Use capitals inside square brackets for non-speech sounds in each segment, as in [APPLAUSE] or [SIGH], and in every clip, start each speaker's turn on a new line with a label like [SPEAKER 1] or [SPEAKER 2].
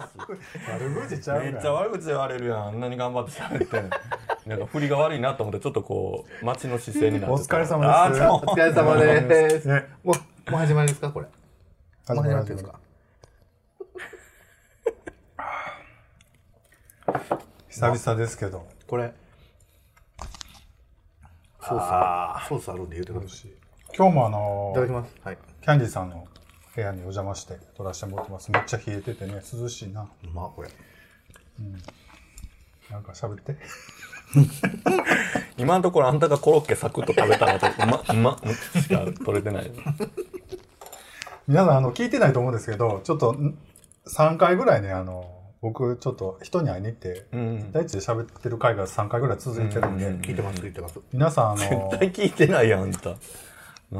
[SPEAKER 1] 悪口ちゃう
[SPEAKER 2] めっちゃ悪口言われるやんあんなに頑張って喋
[SPEAKER 1] [LAUGHS]
[SPEAKER 2] ってなんか振りが悪いなと思ってちょっとこう待ちの姿勢になって
[SPEAKER 1] お疲れ様です
[SPEAKER 2] あー
[SPEAKER 3] お疲れ様です。
[SPEAKER 1] ね
[SPEAKER 3] もう、もう始まりですかこれ。もう始まってるんですか
[SPEAKER 1] 久々ですけど
[SPEAKER 3] これ。ソース、ソースあるんで言うてください。い
[SPEAKER 1] 今日もあの
[SPEAKER 3] ただきます。はい。
[SPEAKER 1] キャンディさんの部屋にお邪魔して撮らせてもらってますめっちゃ冷えててね涼しいな
[SPEAKER 3] うまっこれ。
[SPEAKER 1] なんか喋って [LAUGHS]
[SPEAKER 2] 今のところあんたがコロッケサクッと食べたのとうまうましか取れてない
[SPEAKER 1] 皆さんあの聞いてないと思うんですけどちょっとん3回ぐらいねあの僕ちょっと人に会いに行って、
[SPEAKER 2] ん
[SPEAKER 1] 大地で喋ってる回が3回ぐらい続いてるんで、
[SPEAKER 3] 聞いてます、聞いてます。
[SPEAKER 1] 皆さんあ
[SPEAKER 2] 絶
[SPEAKER 1] の
[SPEAKER 2] 対聞いてないやんあんた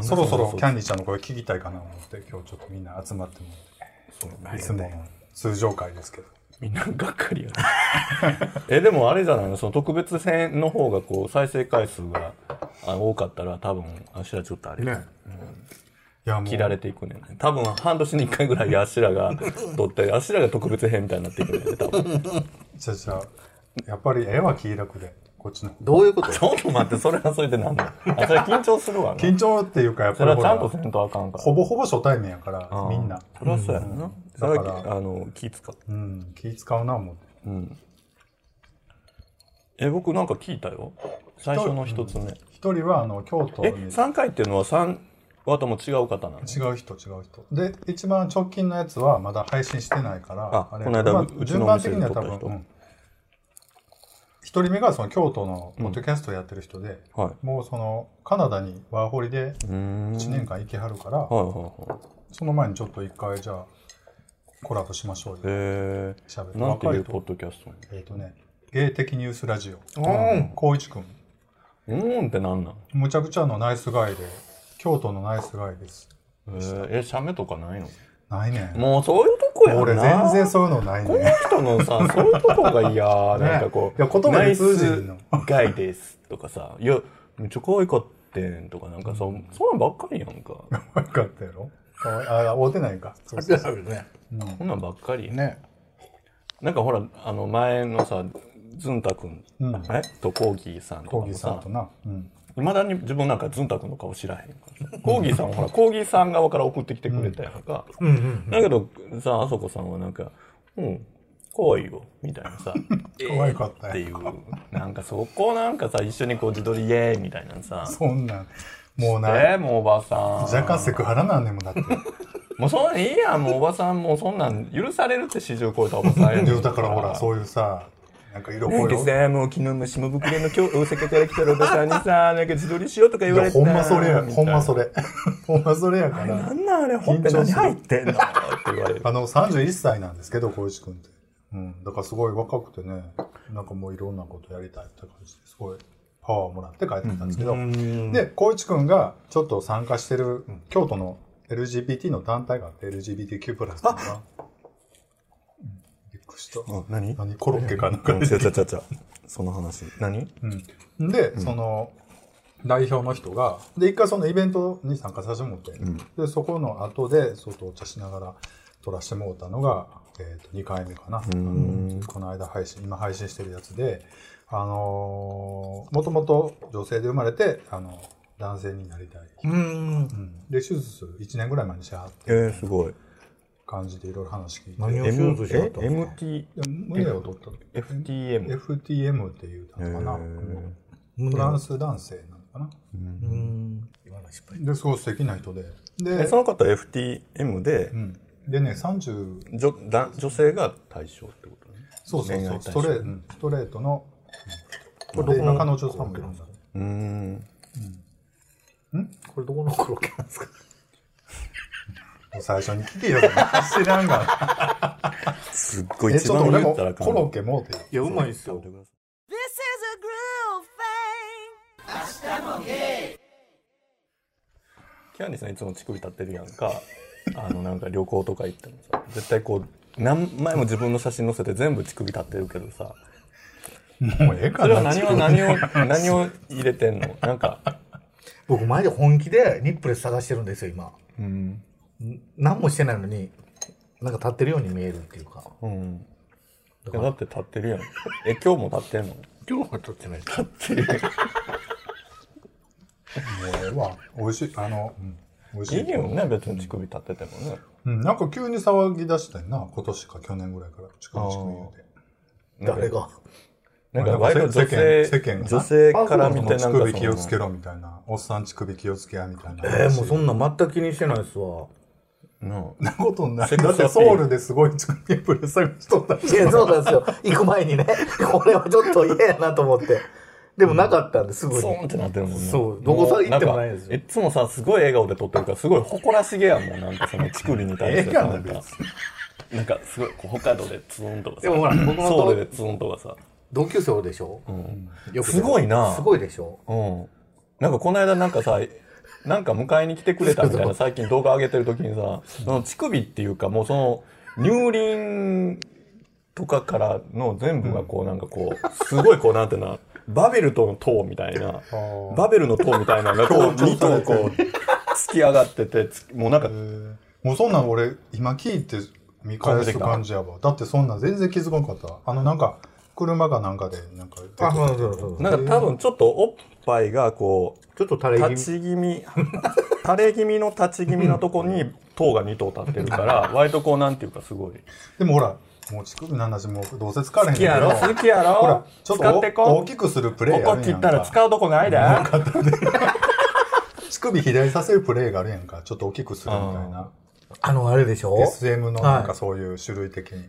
[SPEAKER 1] そろそろキャンディちゃんの声聞きたいかなと思って今日ちょっとみんな集まってもらっていつもの通常会ですけど
[SPEAKER 2] みんな [LAUGHS] がっかりやなえでもあれじゃないのその特別編の方がこう再生回数があ多かったら多分あしらちょっとあれ、
[SPEAKER 3] ね。
[SPEAKER 1] いやも
[SPEAKER 2] 切られていくねんね多分半年に1回ぐらいあしらが撮ってあしらが特別編みたいになっていくねんね多
[SPEAKER 1] [LAUGHS]
[SPEAKER 2] 分
[SPEAKER 1] じゃあじゃあやっぱり絵は気楽でこっちの
[SPEAKER 3] どういうこと
[SPEAKER 2] ちょっと待ってそれはそれでなんだあそれ緊張するわな
[SPEAKER 1] [LAUGHS] 緊張っていうかやっ
[SPEAKER 2] そ
[SPEAKER 1] ぱ
[SPEAKER 2] れ
[SPEAKER 1] り
[SPEAKER 2] はちゃ
[SPEAKER 1] ほら
[SPEAKER 2] んとせんとあかんから
[SPEAKER 1] ほぼほぼ初対面やからみんな、
[SPEAKER 2] それはそうやな、それ
[SPEAKER 1] だか
[SPEAKER 2] はあの気使う
[SPEAKER 1] うん、気使うな思って
[SPEAKER 2] え僕なんか聞いたよ最初の一つ目、
[SPEAKER 1] 一人はあの京都
[SPEAKER 2] え
[SPEAKER 1] に
[SPEAKER 2] 3回っていうのは3話とも違う方なの
[SPEAKER 1] 違う人違う人で一番直近のやつはまだ配信してないから
[SPEAKER 2] あ
[SPEAKER 1] れ
[SPEAKER 2] この間
[SPEAKER 1] まあ
[SPEAKER 2] うちの
[SPEAKER 1] 順番的には
[SPEAKER 2] お
[SPEAKER 1] 多
[SPEAKER 2] 店で撮
[SPEAKER 1] 分
[SPEAKER 2] った人
[SPEAKER 1] うん一、人目がその京都のポッドキャストやってる人で、
[SPEAKER 2] はい
[SPEAKER 1] もうそのカナダにワーホリで
[SPEAKER 2] うーん
[SPEAKER 1] 1年間行きはるから、
[SPEAKER 2] はいはいはい
[SPEAKER 1] その前にちょっと一回じゃあコラボしましょうよ
[SPEAKER 2] え
[SPEAKER 1] 喋って
[SPEAKER 2] ー、なんてい
[SPEAKER 1] 若いうと
[SPEAKER 2] ポッドキャスト
[SPEAKER 1] えっ、とね芸的ニュースラジオ
[SPEAKER 3] うん。
[SPEAKER 1] 光一君
[SPEAKER 2] うーんってなんなん
[SPEAKER 1] むちゃくちゃのナイスガイで京都のナイスガイです
[SPEAKER 2] えー、え写メとかないの
[SPEAKER 1] ないねん
[SPEAKER 2] もうそういうとこやな
[SPEAKER 1] 俺全然そういうのないね
[SPEAKER 2] [LAUGHS] こ
[SPEAKER 1] ん
[SPEAKER 2] の人の
[SPEAKER 1] [LAUGHS]
[SPEAKER 2] さそういうとこが嫌、なんかこう
[SPEAKER 1] いや言葉
[SPEAKER 2] ナ
[SPEAKER 1] で
[SPEAKER 2] イ
[SPEAKER 1] 通
[SPEAKER 2] ス
[SPEAKER 1] じんの
[SPEAKER 2] ガイです」とか
[SPEAKER 1] [LAUGHS]
[SPEAKER 2] さ「いやめっちゃ可愛かってん」とかなんかそうそうなんばっかりや
[SPEAKER 1] [LAUGHS]
[SPEAKER 2] んか
[SPEAKER 1] わかったやろかわいあ、会うてないんか。そうそう
[SPEAKER 3] そうですね。
[SPEAKER 2] こんなんばっかり
[SPEAKER 3] ね。
[SPEAKER 2] なんかほらあの前のさずんたくん、えとコーギーさんと
[SPEAKER 1] コー
[SPEAKER 2] か
[SPEAKER 1] ギ
[SPEAKER 2] も
[SPEAKER 1] ーさん
[SPEAKER 2] さ
[SPEAKER 1] とな。うん。
[SPEAKER 2] いまだに自分なんかずんたくんの顔知らへんからさコーギーさんはほらコーギーさん側から送ってきてくれたやんか、
[SPEAKER 3] うんうん。
[SPEAKER 2] だけどさあそこさんはなんか「うん可愛いよ」みたいな
[SPEAKER 1] [LAUGHS]
[SPEAKER 2] さ
[SPEAKER 1] 可愛かった
[SPEAKER 2] って
[SPEAKER 1] やん。
[SPEAKER 2] いうなんかそこなんかさ一緒にこう自撮りイエーイみたいなさ
[SPEAKER 1] そんなん、もうな、
[SPEAKER 2] えもうおばさん
[SPEAKER 1] 若干セクハラなんねんもんだって。
[SPEAKER 2] もうそんなんいいやんもうおばさんもうそんなん許されるって四十超えたおばさんやねん
[SPEAKER 1] [LAUGHS] だからほら、そういうさ、なんか色
[SPEAKER 2] なん
[SPEAKER 1] 濃い
[SPEAKER 2] か
[SPEAKER 1] よ。
[SPEAKER 2] さもう昨日の下ぶくれの今日大阪から来たらおばさんにさなんか自撮りしようとか言
[SPEAKER 1] い
[SPEAKER 2] われ
[SPEAKER 1] や、
[SPEAKER 2] て
[SPEAKER 1] ほんまそれや、ほんま
[SPEAKER 2] れ
[SPEAKER 1] それ。 [LAUGHS] ほんまそれやから
[SPEAKER 2] な。んなんあれほっぺ何入ってんのって言われる
[SPEAKER 1] あの、31歳なんですけど、小石君って。うん。だからすごい若くてね、なんかもういろんなことやりたいって感じですごいパワーをもらって帰ってきたんですけど、で、小一君がちょっと参加してる、京都の LGBT の団体があって、LGBTQ+, プラスとか。うんびっくりした。
[SPEAKER 2] あ何
[SPEAKER 1] 何コロッケかなんか
[SPEAKER 2] うん
[SPEAKER 1] で
[SPEAKER 2] ちゃちゃちゃちゃその話何
[SPEAKER 1] で、その、代表の人が、で、一回そのイベントに参加させてもらって、で、そこの後で、ちょっとお茶しながら撮らせてもらったのが、えっ、と、2回目かな。うんこの間配信、今配信してるやつで、あのー、もともと女性で生まれて、あの、男性になりたい。
[SPEAKER 3] うん。
[SPEAKER 1] で、手術1年ぐらい前にしはって
[SPEAKER 2] えー、すごい
[SPEAKER 1] 感じでいろいろ話聞いて、
[SPEAKER 3] 何を手
[SPEAKER 2] M
[SPEAKER 3] 術しは
[SPEAKER 2] え
[SPEAKER 3] ったんですか
[SPEAKER 2] MT
[SPEAKER 1] で胸を取ったの。
[SPEAKER 2] FTM
[SPEAKER 1] FTM っていうのかな。
[SPEAKER 2] へー
[SPEAKER 1] フランス男性なのかな。
[SPEAKER 3] うん。今の失敗。
[SPEAKER 1] で、すごい素敵な人で。
[SPEAKER 2] え
[SPEAKER 1] で
[SPEAKER 2] そ、の方 FTM で
[SPEAKER 1] うん、でね、30、
[SPEAKER 2] 女男女性が対象ってことね
[SPEAKER 1] そうそう
[SPEAKER 2] 恋
[SPEAKER 1] そ
[SPEAKER 2] 愛
[SPEAKER 1] う、ス
[SPEAKER 2] 対
[SPEAKER 1] ト
[SPEAKER 2] 象
[SPEAKER 1] レート、うんストレートの、
[SPEAKER 3] こ
[SPEAKER 1] で、今彼女さんもいるんだね。
[SPEAKER 2] うーん
[SPEAKER 3] これどこのコロッケなんですか
[SPEAKER 1] もう最初に聞けよ、 [LAUGHS] 知らんが。
[SPEAKER 2] すっごい
[SPEAKER 1] え、
[SPEAKER 2] 一
[SPEAKER 1] ちょっと
[SPEAKER 2] 番
[SPEAKER 1] 俺
[SPEAKER 2] 言
[SPEAKER 1] も
[SPEAKER 2] ったら
[SPEAKER 1] コロッケもうて。
[SPEAKER 3] いや、うまいっすよ。
[SPEAKER 4] This is a groove thing.
[SPEAKER 2] キャンディさんいつも乳首立ってるやんか [LAUGHS] あのなんか旅行とか行ってもさ絶対こう何枚も自分の写真載せて全部乳首立ってるけどさ
[SPEAKER 1] もうええか
[SPEAKER 2] それは
[SPEAKER 1] な。
[SPEAKER 2] 何を何を何を入れてんのなんか
[SPEAKER 3] 僕、前で本気でニップレス探してるんですよ、今。
[SPEAKER 2] うん
[SPEAKER 3] ん何もしてないのに、なんか立ってるように見えるっていうか。
[SPEAKER 2] うん。いやだって立ってるやん。え、今日も立ってんの
[SPEAKER 3] 今日は立ってない。立って
[SPEAKER 1] ええわ。美味しい。あの、うん。美味し
[SPEAKER 2] い
[SPEAKER 1] い。
[SPEAKER 2] いよね、別に乳首立っててもね。
[SPEAKER 1] うん、なんか急に騒ぎ出したんな。今年か去年ぐらいから。乳首乳首言うて。
[SPEAKER 3] 誰が
[SPEAKER 2] なんか割と女性、
[SPEAKER 1] 世間世間がな
[SPEAKER 2] 女性から見てなんか
[SPEAKER 1] 乳
[SPEAKER 2] その
[SPEAKER 1] 首気をつけろみたいな。おっさん乳首気をつけやみたいな。
[SPEAKER 3] えー、もうそんなん全く気にしてないですわ。
[SPEAKER 2] うん
[SPEAKER 1] なことない。
[SPEAKER 2] セックス
[SPEAKER 1] だ
[SPEAKER 2] アピール
[SPEAKER 1] ってソウルですごい乳首プレ探しとった
[SPEAKER 3] いや、そうなんですよ。行く前にね、 [LAUGHS] これはちょっと嫌やなと思って。でもなかったんですぐに。
[SPEAKER 2] ソーンってなってるもんね。
[SPEAKER 3] そうどこさ行ってもないですよ
[SPEAKER 2] んかいつもさ、すごい笑顔で撮ってるから、すごい誇らしげやもん、なんかその乳首に対してさ。
[SPEAKER 1] 笑顔
[SPEAKER 2] なんか、なんかすごい、こう北海道でツーンとかさ、
[SPEAKER 3] でもほら、僕の
[SPEAKER 2] ソウル
[SPEAKER 3] 同
[SPEAKER 2] でツーンとかさ。
[SPEAKER 3] 同級生おるでしょ、よく
[SPEAKER 2] すごいな
[SPEAKER 3] すごいでしょ
[SPEAKER 2] うん。なんかこの間なんかさ、なんか迎えに来てくれたみたいな最近動画上げてる時にさ、その乳首っていうかもうその乳輪とかからの全部がこうなんかこう、すごいこうなんていうのバベルとの塔みたいな、バベルの塔みたいなのが [LAUGHS] こう
[SPEAKER 1] 強調
[SPEAKER 2] 2
[SPEAKER 1] され
[SPEAKER 2] 頭
[SPEAKER 1] てる
[SPEAKER 2] こう突き上がってて、つもうなんか、
[SPEAKER 1] もうそんなん俺、今聞いて見返す感じやわ。だってそんなん全然気づかんかった。あのなんか、車がなんかで、なんか、
[SPEAKER 3] あ、そうそうそう。
[SPEAKER 2] なんか多分ちょっとおっぱいがこう、
[SPEAKER 3] ちょっと垂れ気味。
[SPEAKER 2] 立ち気 [LAUGHS] 味垂れ気味の立ち気味のとこに塔が2頭立ってるから割とこうなんていうかすごい
[SPEAKER 1] でもほら、もう乳首の話もうどうせ疲れへん
[SPEAKER 2] 好きやろ好きや
[SPEAKER 1] ほら
[SPEAKER 2] ろ、
[SPEAKER 1] ちょっ
[SPEAKER 2] 使って
[SPEAKER 1] とお大
[SPEAKER 2] こ
[SPEAKER 1] きくするプ
[SPEAKER 2] う
[SPEAKER 1] レ
[SPEAKER 2] こ
[SPEAKER 1] イや
[SPEAKER 2] こ
[SPEAKER 1] る
[SPEAKER 2] 切
[SPEAKER 1] や
[SPEAKER 2] っ
[SPEAKER 1] ん
[SPEAKER 2] たら
[SPEAKER 1] か。
[SPEAKER 2] 使うとこないで
[SPEAKER 1] 乳首肥大させるプレイがあるやんか。ちょっと大きくするみたいな。
[SPEAKER 3] あの、あれでしょ
[SPEAKER 1] SM のなんかそういう種類的に。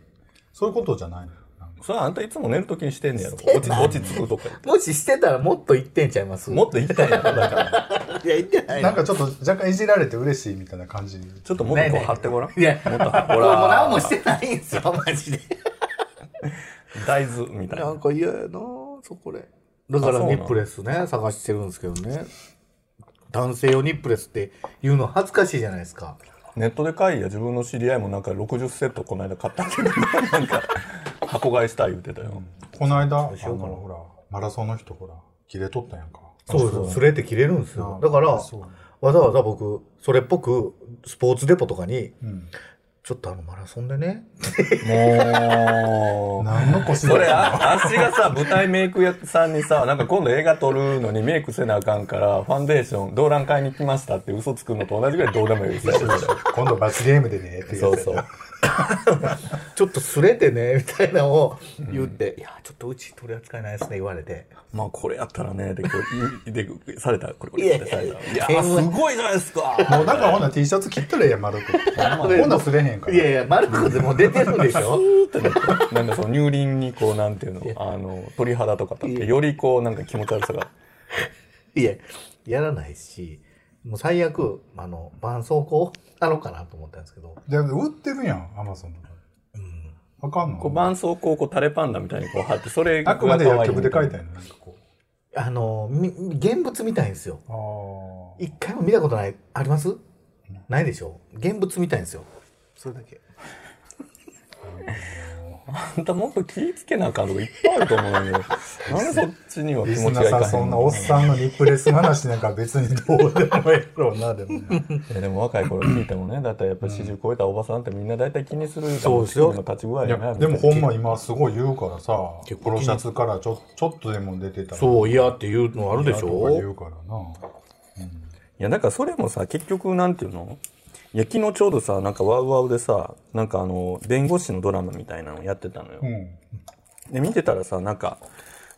[SPEAKER 1] そういうことじゃないのなんか
[SPEAKER 2] それあんたいつも寝るときにしてんねやろ
[SPEAKER 3] てない
[SPEAKER 2] 落ち落ち着くとか
[SPEAKER 3] もししてたらもっと言ってんちゃいます
[SPEAKER 2] もっと行ったんやろだから
[SPEAKER 3] いや、言ってないよ
[SPEAKER 1] なんかちょっと若干いじられて嬉しいみたいな感じ。
[SPEAKER 2] ちょっともっとこ
[SPEAKER 3] ねえね
[SPEAKER 2] う
[SPEAKER 3] え
[SPEAKER 2] 張ってごらん
[SPEAKER 3] いや、
[SPEAKER 2] もっと張って
[SPEAKER 3] 俺
[SPEAKER 2] ご
[SPEAKER 3] もう
[SPEAKER 2] ら
[SPEAKER 3] 何
[SPEAKER 2] ん
[SPEAKER 3] もしてないんですよ、マジで。
[SPEAKER 2] 大豆みたいな
[SPEAKER 3] か嫌やなそこで。だか
[SPEAKER 2] あそ
[SPEAKER 3] ら
[SPEAKER 2] うなの
[SPEAKER 3] ニップレスね、探してるんですけどね。男性用ニップレスって言うの恥ずかしいじゃないですか。
[SPEAKER 2] ネットで買いや自分の知り合いもなんか60セットこの間買ったけどなんか箱買いしたい言ってた
[SPEAKER 1] [LAUGHS]
[SPEAKER 2] よ
[SPEAKER 1] この間、あの、
[SPEAKER 3] しようかな
[SPEAKER 1] ほら、マラソンの人ほら、切れとったやんか。
[SPEAKER 3] そうそう、スレって切れるんですよ。だから、わ
[SPEAKER 1] そう
[SPEAKER 3] ざわざ僕、それっぽく、スポーツデポとかに、
[SPEAKER 1] うん。
[SPEAKER 3] ちょっとあの、マラソンでね、
[SPEAKER 2] もう
[SPEAKER 1] 何の腰
[SPEAKER 2] それ
[SPEAKER 1] だ
[SPEAKER 2] あ足がさ舞台メイク屋さんにさなんか今度映画撮るのにメイクせなあかんからファンデーション動乱買いに来ましたって嘘つくのと同じぐらいどうでもいいですよ
[SPEAKER 1] 今度罰ゲームでね、って言
[SPEAKER 2] そうう
[SPEAKER 1] て
[SPEAKER 2] そう
[SPEAKER 3] ちょっとすれてね、 [LAUGHS] みたいなのを言って、いや、ちょっとうち取り扱いないですね、言われて。
[SPEAKER 2] まあこれやったらねでこういで [LAUGHS] されたこれこ
[SPEAKER 3] いや
[SPEAKER 2] れ
[SPEAKER 3] いや
[SPEAKER 2] されたい
[SPEAKER 3] いや
[SPEAKER 2] やすごいじゃないですか
[SPEAKER 1] もうだからほんなら T シャツ切ったらええやん、丸く。ほんならすれへんから。
[SPEAKER 3] いやいや、マルコでも出てるんで [LAUGHS] しょ
[SPEAKER 2] なんかその乳 [LAUGHS] 輪にこうなんていうのあの鳥肌とか立ってよりこうなんか気持ち悪さが
[SPEAKER 3] いや、やらないし、もう最悪、あの、絆創膏だろうかなと思ったんですけど、
[SPEAKER 1] で売ってるやん、アマゾンとか。うん。あかんの
[SPEAKER 2] こう絆創膏をこうタレパンダみたいにこう貼ってそれが
[SPEAKER 1] あくまで
[SPEAKER 2] 可
[SPEAKER 1] 薬
[SPEAKER 2] 愛
[SPEAKER 1] 局で書いた
[SPEAKER 2] い
[SPEAKER 1] んやん、なんかこ
[SPEAKER 3] あの、み現物みたいんですよ。
[SPEAKER 1] う。あ
[SPEAKER 3] 一回も見たことない、ありますないでしょ現物みたいんですよ。それだけ。
[SPEAKER 2] あんたもっと気ぃつけなあかんとこいっぱいあると思う [LAUGHS] よなんでそっちには
[SPEAKER 1] あ。
[SPEAKER 2] 気
[SPEAKER 1] リ
[SPEAKER 2] 持ち
[SPEAKER 1] スナ
[SPEAKER 2] がい
[SPEAKER 1] ー
[SPEAKER 2] か
[SPEAKER 1] さ
[SPEAKER 2] へんの
[SPEAKER 1] ん、そんなおっさんのリプレス話なんか別にどうでもええろうな、でもな。
[SPEAKER 2] いやでも若い頃聞いてもね、だってやっぱ四十超えたおばさんってみんな大体気にする
[SPEAKER 3] そうですよ
[SPEAKER 2] の立ち具合
[SPEAKER 1] い
[SPEAKER 2] やな
[SPEAKER 1] や、でもほんま今すごい言うからさ、
[SPEAKER 3] 結
[SPEAKER 1] ポ
[SPEAKER 3] 構
[SPEAKER 1] ロシャツからちょちょっとでも出てたら。
[SPEAKER 3] そう、嫌っていうのあるでし
[SPEAKER 1] とか言
[SPEAKER 3] ょ
[SPEAKER 1] うからな。
[SPEAKER 2] いや、だからそれもさ、結局なんていうのいや、昨日ちょうどさ、なんかワウワウでさ、なんかあの、弁護士のドラマみたいなのやってたのよ
[SPEAKER 1] う。ん。
[SPEAKER 2] で、見てたらさ、なんか、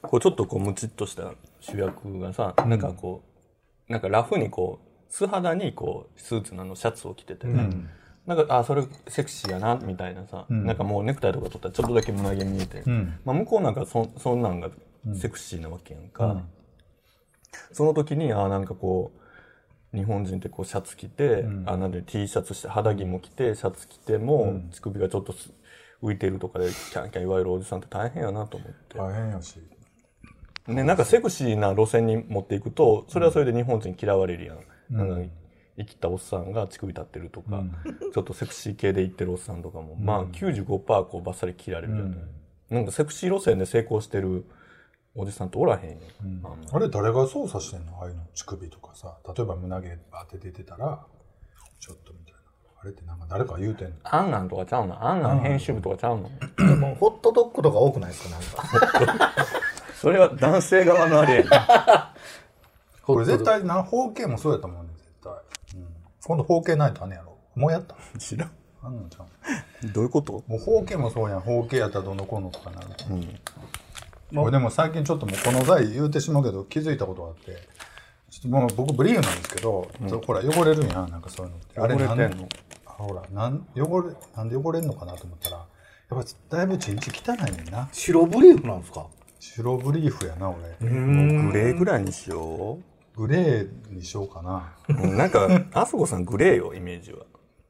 [SPEAKER 2] こうちょっとこうムチっとした主役がさ、なんかこう、なんかラフにこう、素肌にこう、スーツのあのシャツを着ててね。なんか、あ、それセクシーやな、みたいなさ、なんかもうネクタイとか取ったらちょっとだけ胸毛見えて、
[SPEAKER 1] ん
[SPEAKER 2] まあ向こうなんかそそんなんがセクシーなわけやんか。その時に、あ、なんかこう、日本人ってこうシャツ着て、あなんで T シャツして肌着も着てシャツ着ても、乳首がちょっとす浮いてるとかでキャンキャン言われるおじさんって大変やなと思って、
[SPEAKER 1] 大変やし。
[SPEAKER 2] ね、なんかセクシーな路線に持っていくとそれはそれで日本人嫌われるやん、なんか生きたおっさんが乳首立ってるとか、ちょっとセクシー系で言ってるおっさんとかも、まあ95%こうバッサリ切られるやん、なんかセクシー路線で成功してるおじさんっておらへんやん、あんま
[SPEAKER 1] あれ誰が操作してんのああいうの乳首とかさ例えば胸毛バーって出てたらちょっとみたいなああれってなんか誰か言うてんの
[SPEAKER 2] アンアンとかちゃうのアンアン編集部とかちゃうの
[SPEAKER 3] でもホットドッグとか多くないですかなん [LAUGHS] か
[SPEAKER 2] それは男性側のあれやな
[SPEAKER 1] これ絶対な方形もそうやったもんね絶対、うん、今度方形ないとあんねやろもうやった
[SPEAKER 2] 知らん
[SPEAKER 1] あんのちゃう
[SPEAKER 2] どういうこと
[SPEAKER 1] もう方形もそうやん方形やったらどのこうのとかなる、これでも最近ちょっともうこの際言うてしまうけど気づいたことがあってちょっともう僕ブリーフなんですけど、ほら汚れるやんなんかそういうのってあれなん
[SPEAKER 2] 汚れてんの
[SPEAKER 1] あほらなん汚れなんで汚れんのかなと思ったらやっぱだいぶちんち汚いねんな
[SPEAKER 3] 白ブリーフなんですか
[SPEAKER 1] 白ブリーフやな俺
[SPEAKER 2] もうグレーぐらいにしよ
[SPEAKER 1] グレーにしようかな
[SPEAKER 2] ううんなんかあそこさんグレーよイメージは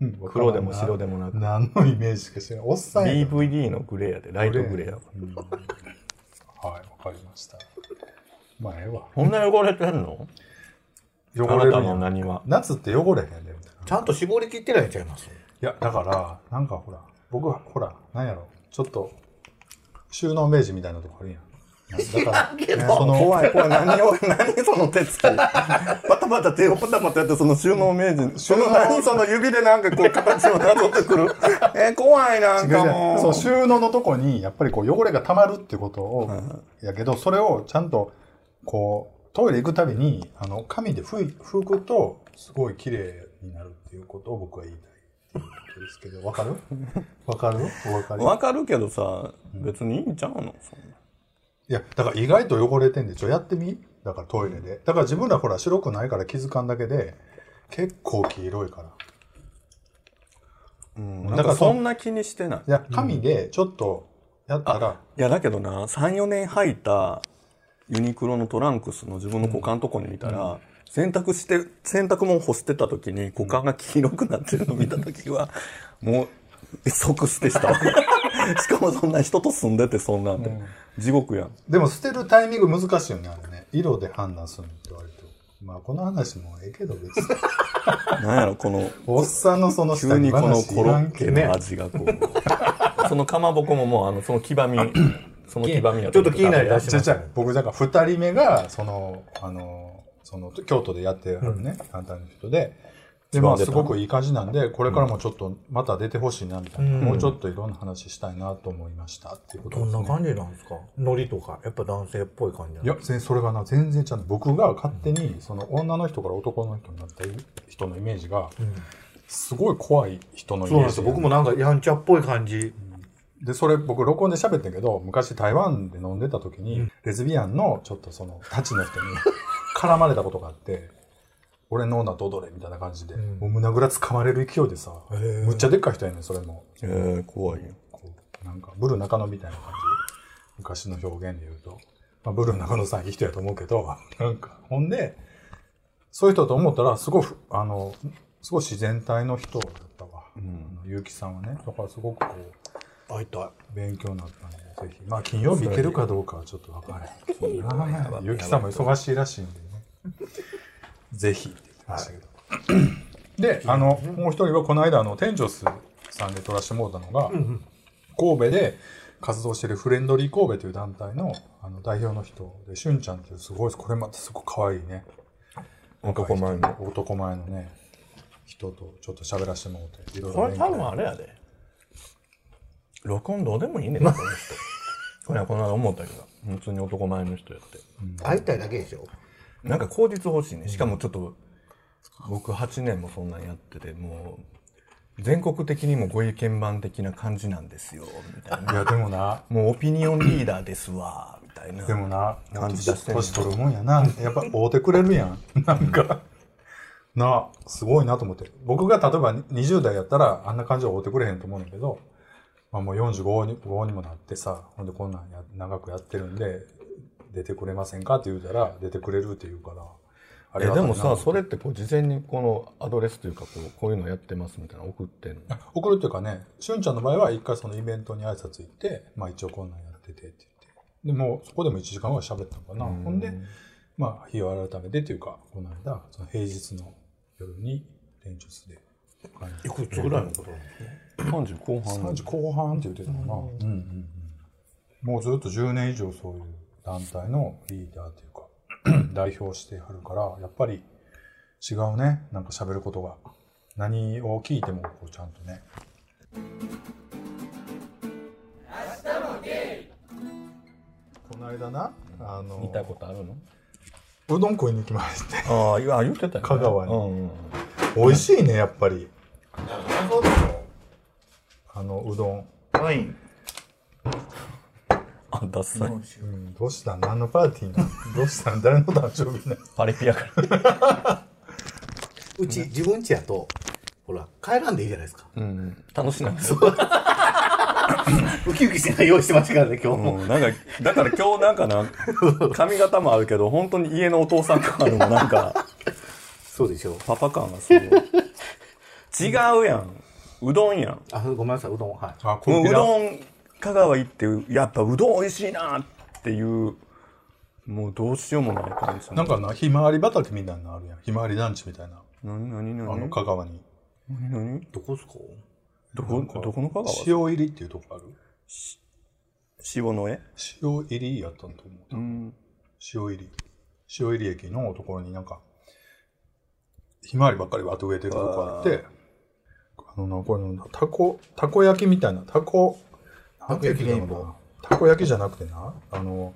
[SPEAKER 2] [LAUGHS] 黒でも白でもなく
[SPEAKER 1] 何のイメージしかしてないおっさんやな
[SPEAKER 2] DVD のグレーやでライトグレーやわ
[SPEAKER 1] はい、わかりました。まあ、ええわ。
[SPEAKER 2] こんな汚れてんのあ
[SPEAKER 1] 汚れ
[SPEAKER 2] な
[SPEAKER 1] る
[SPEAKER 2] た
[SPEAKER 1] や
[SPEAKER 2] の
[SPEAKER 1] ん
[SPEAKER 2] 何は
[SPEAKER 1] 夏って汚れへんねん。い
[SPEAKER 3] ちゃんと絞り切ってないんちゃいます
[SPEAKER 1] や、だから、なんかほら、僕はほら、なんやろ、ちょっと、収納明治みたいなとこあるやん。だから、ねその、
[SPEAKER 2] 怖い怖い何を何その手つきパタパタ手をパタパタやってその収納名人その何その指でなんかこう形をなぞってくるえ怖いなんかもう
[SPEAKER 1] そう収納のとこにやっぱりこう汚れが溜まるってことを、やけどそれをちゃんとこうトイレ行くたびにあの紙で拭い拭くとすごい綺麗になるっていうことを僕は言いたいっていうことですけどわかるわかるお分かり
[SPEAKER 2] わかるけどさ別にいいんちゃうのそんない
[SPEAKER 1] や、だから意外と汚れてんで、ちょ、やってみだからトイレで。だから自分らほら白くないから気づかんだけで、結構黄色いから。
[SPEAKER 2] うんな
[SPEAKER 1] だか
[SPEAKER 2] ん
[SPEAKER 1] ら
[SPEAKER 2] かそんな気にしてない
[SPEAKER 1] いや、紙でちょっとやったら、
[SPEAKER 2] いやだけどな34年履いたユニクロのトランクスの自分の股間のとこに見たら、洗濯して洗濯物干してた時に股間が黄色くなってるの見た時はもう即捨てした
[SPEAKER 1] [LAUGHS]
[SPEAKER 2] わしかもそんな人と住んでてそんなんて、地獄やん
[SPEAKER 1] でも捨てるタイミング難しいよね、あれね。色で判断するのって割と。まあ、この話もええけど
[SPEAKER 2] [LAUGHS]
[SPEAKER 1] 別に。
[SPEAKER 2] なんやろこの
[SPEAKER 1] おっさんのその
[SPEAKER 2] 急にこの
[SPEAKER 1] 話
[SPEAKER 2] コロッケの味がこう [LAUGHS] そのかまぼこももうあのその黄ば
[SPEAKER 1] [LAUGHS]
[SPEAKER 2] みその黄ばみや
[SPEAKER 3] ちょっと気になりだし
[SPEAKER 1] じゃじゃ僕だから2人目がそのあのその京都でやってあるね、簡単な人でで、まあ、
[SPEAKER 2] 出
[SPEAKER 1] す
[SPEAKER 2] た
[SPEAKER 1] ごくいい感じなんでこれからもちょっとまた出てほしいなみたいな、もうちょっといろんな話したいなと思いましたっていうこと
[SPEAKER 3] ど
[SPEAKER 1] で
[SPEAKER 3] ん
[SPEAKER 1] す、
[SPEAKER 3] な
[SPEAKER 1] ね、
[SPEAKER 3] 感じなんですかノリとかやっぱ男性っぽい感じなん
[SPEAKER 1] い
[SPEAKER 3] で
[SPEAKER 1] や全それがな全然ちゃんと僕が勝手にその女の人から男の人になった人のイメージがすごい怖い人のイ
[SPEAKER 3] すかそう
[SPEAKER 1] メー
[SPEAKER 3] なんです
[SPEAKER 1] ジ
[SPEAKER 3] よ
[SPEAKER 1] で
[SPEAKER 3] 僕もなんかやんちゃっぽい感じ、
[SPEAKER 1] で、それ僕録音で喋ってんけど、昔台湾で飲んでた時に、レズビアンのちょっとその、たちの人に [LAUGHS] 絡まれたことがあって、俺の女と踊れみたいな感じで、もう胸ぐらつかまれる勢いでさ、むっちゃでっかい人やねん、それも。
[SPEAKER 2] えー、怖いよ
[SPEAKER 1] こうなんか、ブル中野みたいな感じ。昔の表現で言うと。まあ、ブル中野さんいい人やと思うけど、 [LAUGHS] なんか、ほんで、そういう人だと思ったら、すごいふ、あの、すごい自然体の人だったわ。あの結城さんはね。だからすごくこう、
[SPEAKER 3] あいた
[SPEAKER 1] 勉強になったんで、ぜひ。まあ、金曜日行けるかどうかはちょっとわからない。ゆきさんも忙しいらしいんでね。ぜひって言ってましたけど。で、あの、もう一人はこの間、あの、店長スさんで撮らせてもらったのが、神戸で活動してるフレンドリー神戸という団体のあの代表の人で、しゅんちゃんっていうすごい、これまたすごく可愛いね。
[SPEAKER 2] 男前の
[SPEAKER 1] 男前のね、人とちょっと喋らせてもらって、いろいろ
[SPEAKER 2] これ
[SPEAKER 1] 勉
[SPEAKER 2] 多
[SPEAKER 1] 強
[SPEAKER 2] 分あれやで録音どうでもいい
[SPEAKER 1] [LAUGHS]
[SPEAKER 2] ねんなこの人これはこの間思ったけど普通に男前の人やって
[SPEAKER 3] あいたいだけでしょ
[SPEAKER 2] なんか口実欲しいねしかもちょっと僕8年もそんなんやっててもう全国的にもご意見番的な感じなんですよみたい
[SPEAKER 1] [LAUGHS]
[SPEAKER 2] ない
[SPEAKER 1] や、でもな、
[SPEAKER 2] もうオピニオンリーダーですわみたいな
[SPEAKER 1] でもな、
[SPEAKER 2] 感じ出してんねん
[SPEAKER 1] 年取るもんやな。やっぱ会うてくれるや
[SPEAKER 2] [LAUGHS]
[SPEAKER 1] ん。なんか、なあ、すごいなと思って。僕が例えば20代やったら、あんな感じは会うてくれへんと思うねんだけど、まあもう45に5にもなってさ、ほんでこんなんや長くやってるんで、出てくれませんかって言うたら、出てくれるって言うから、あ
[SPEAKER 2] え
[SPEAKER 1] が
[SPEAKER 2] で
[SPEAKER 1] たいな
[SPEAKER 2] もさそれってこう事前にこのアドレスというかこうこういうのやってますみたいなの送ってんの
[SPEAKER 1] 送るっていうかね、しゅんちゃんの場合は一回そのイベントに挨拶行って、まあ一応こんなんやっててって言って。でもうそこでも1時間ぐらい喋ったのかな。ほんで、まあ日を改めてというか、この間、その平日の夜に練習室で。
[SPEAKER 3] いくつぐらいのことなんですか
[SPEAKER 2] 30後半
[SPEAKER 1] 3時後半って言ってたのかな。うんうんうん。もうずっと10年以上そういう団体のリーダーと [CLEARS THROAT] いうか、代表してはるから、やっぱり違うね、なんか喋ることが。何を聞いてもこうちゃんとねこの間なあ
[SPEAKER 2] 言いたい
[SPEAKER 1] の
[SPEAKER 2] ことあるの
[SPEAKER 1] うどん食いに行きまして
[SPEAKER 2] ああ、いや言ってたよ、ね。
[SPEAKER 1] 香川に
[SPEAKER 2] うんうん
[SPEAKER 1] 美味しいねやっぱりあのうどん、
[SPEAKER 3] ワイン。
[SPEAKER 2] あ、ダッサい。
[SPEAKER 1] うん、どうしたん何のパーティーなのどうしたん誰の誕生日なの
[SPEAKER 2] パリピやから。
[SPEAKER 3] うち、自分家やと、ほら、帰らんでいいじゃないですか。
[SPEAKER 2] うんうん。楽しない。
[SPEAKER 3] ウキウキしてない用意してましたからね、今日も。
[SPEAKER 2] うん、なんか、だから今日なんかな、髪型もあるけど、本当に家のお父さん感もなん [LAUGHS] か、
[SPEAKER 3] そうでしょう。
[SPEAKER 2] パパ感がすごい。違うやん。うどんやん。
[SPEAKER 3] あ、ごめんなさい、うどん、はい。
[SPEAKER 1] あ
[SPEAKER 2] もうう
[SPEAKER 1] ん
[SPEAKER 2] どん、香川行って、やっぱうどん美味しいなっていう、もうどうしようもない感じ。
[SPEAKER 1] なん、かなひまわり畑みたいなのあるやんひまわり団地みたいな
[SPEAKER 2] なになにな
[SPEAKER 1] あの
[SPEAKER 2] に
[SPEAKER 1] 香川に
[SPEAKER 2] なに
[SPEAKER 3] どこですか
[SPEAKER 2] どこ、どこの香川
[SPEAKER 1] 塩入りっていうとこある
[SPEAKER 2] 塩の絵
[SPEAKER 1] 塩入りやったんと思
[SPEAKER 2] う
[SPEAKER 1] う
[SPEAKER 2] ん。
[SPEAKER 1] 塩入り塩入り駅のところになんかひまわりばっかりわーっと植えてるとこあってあのなこれのたこたこ焼きみたいなたこ
[SPEAKER 3] たこ焼き
[SPEAKER 1] なんて言う
[SPEAKER 3] レインボ
[SPEAKER 1] のか
[SPEAKER 3] ー
[SPEAKER 1] なたこ焼きじゃなくてなあの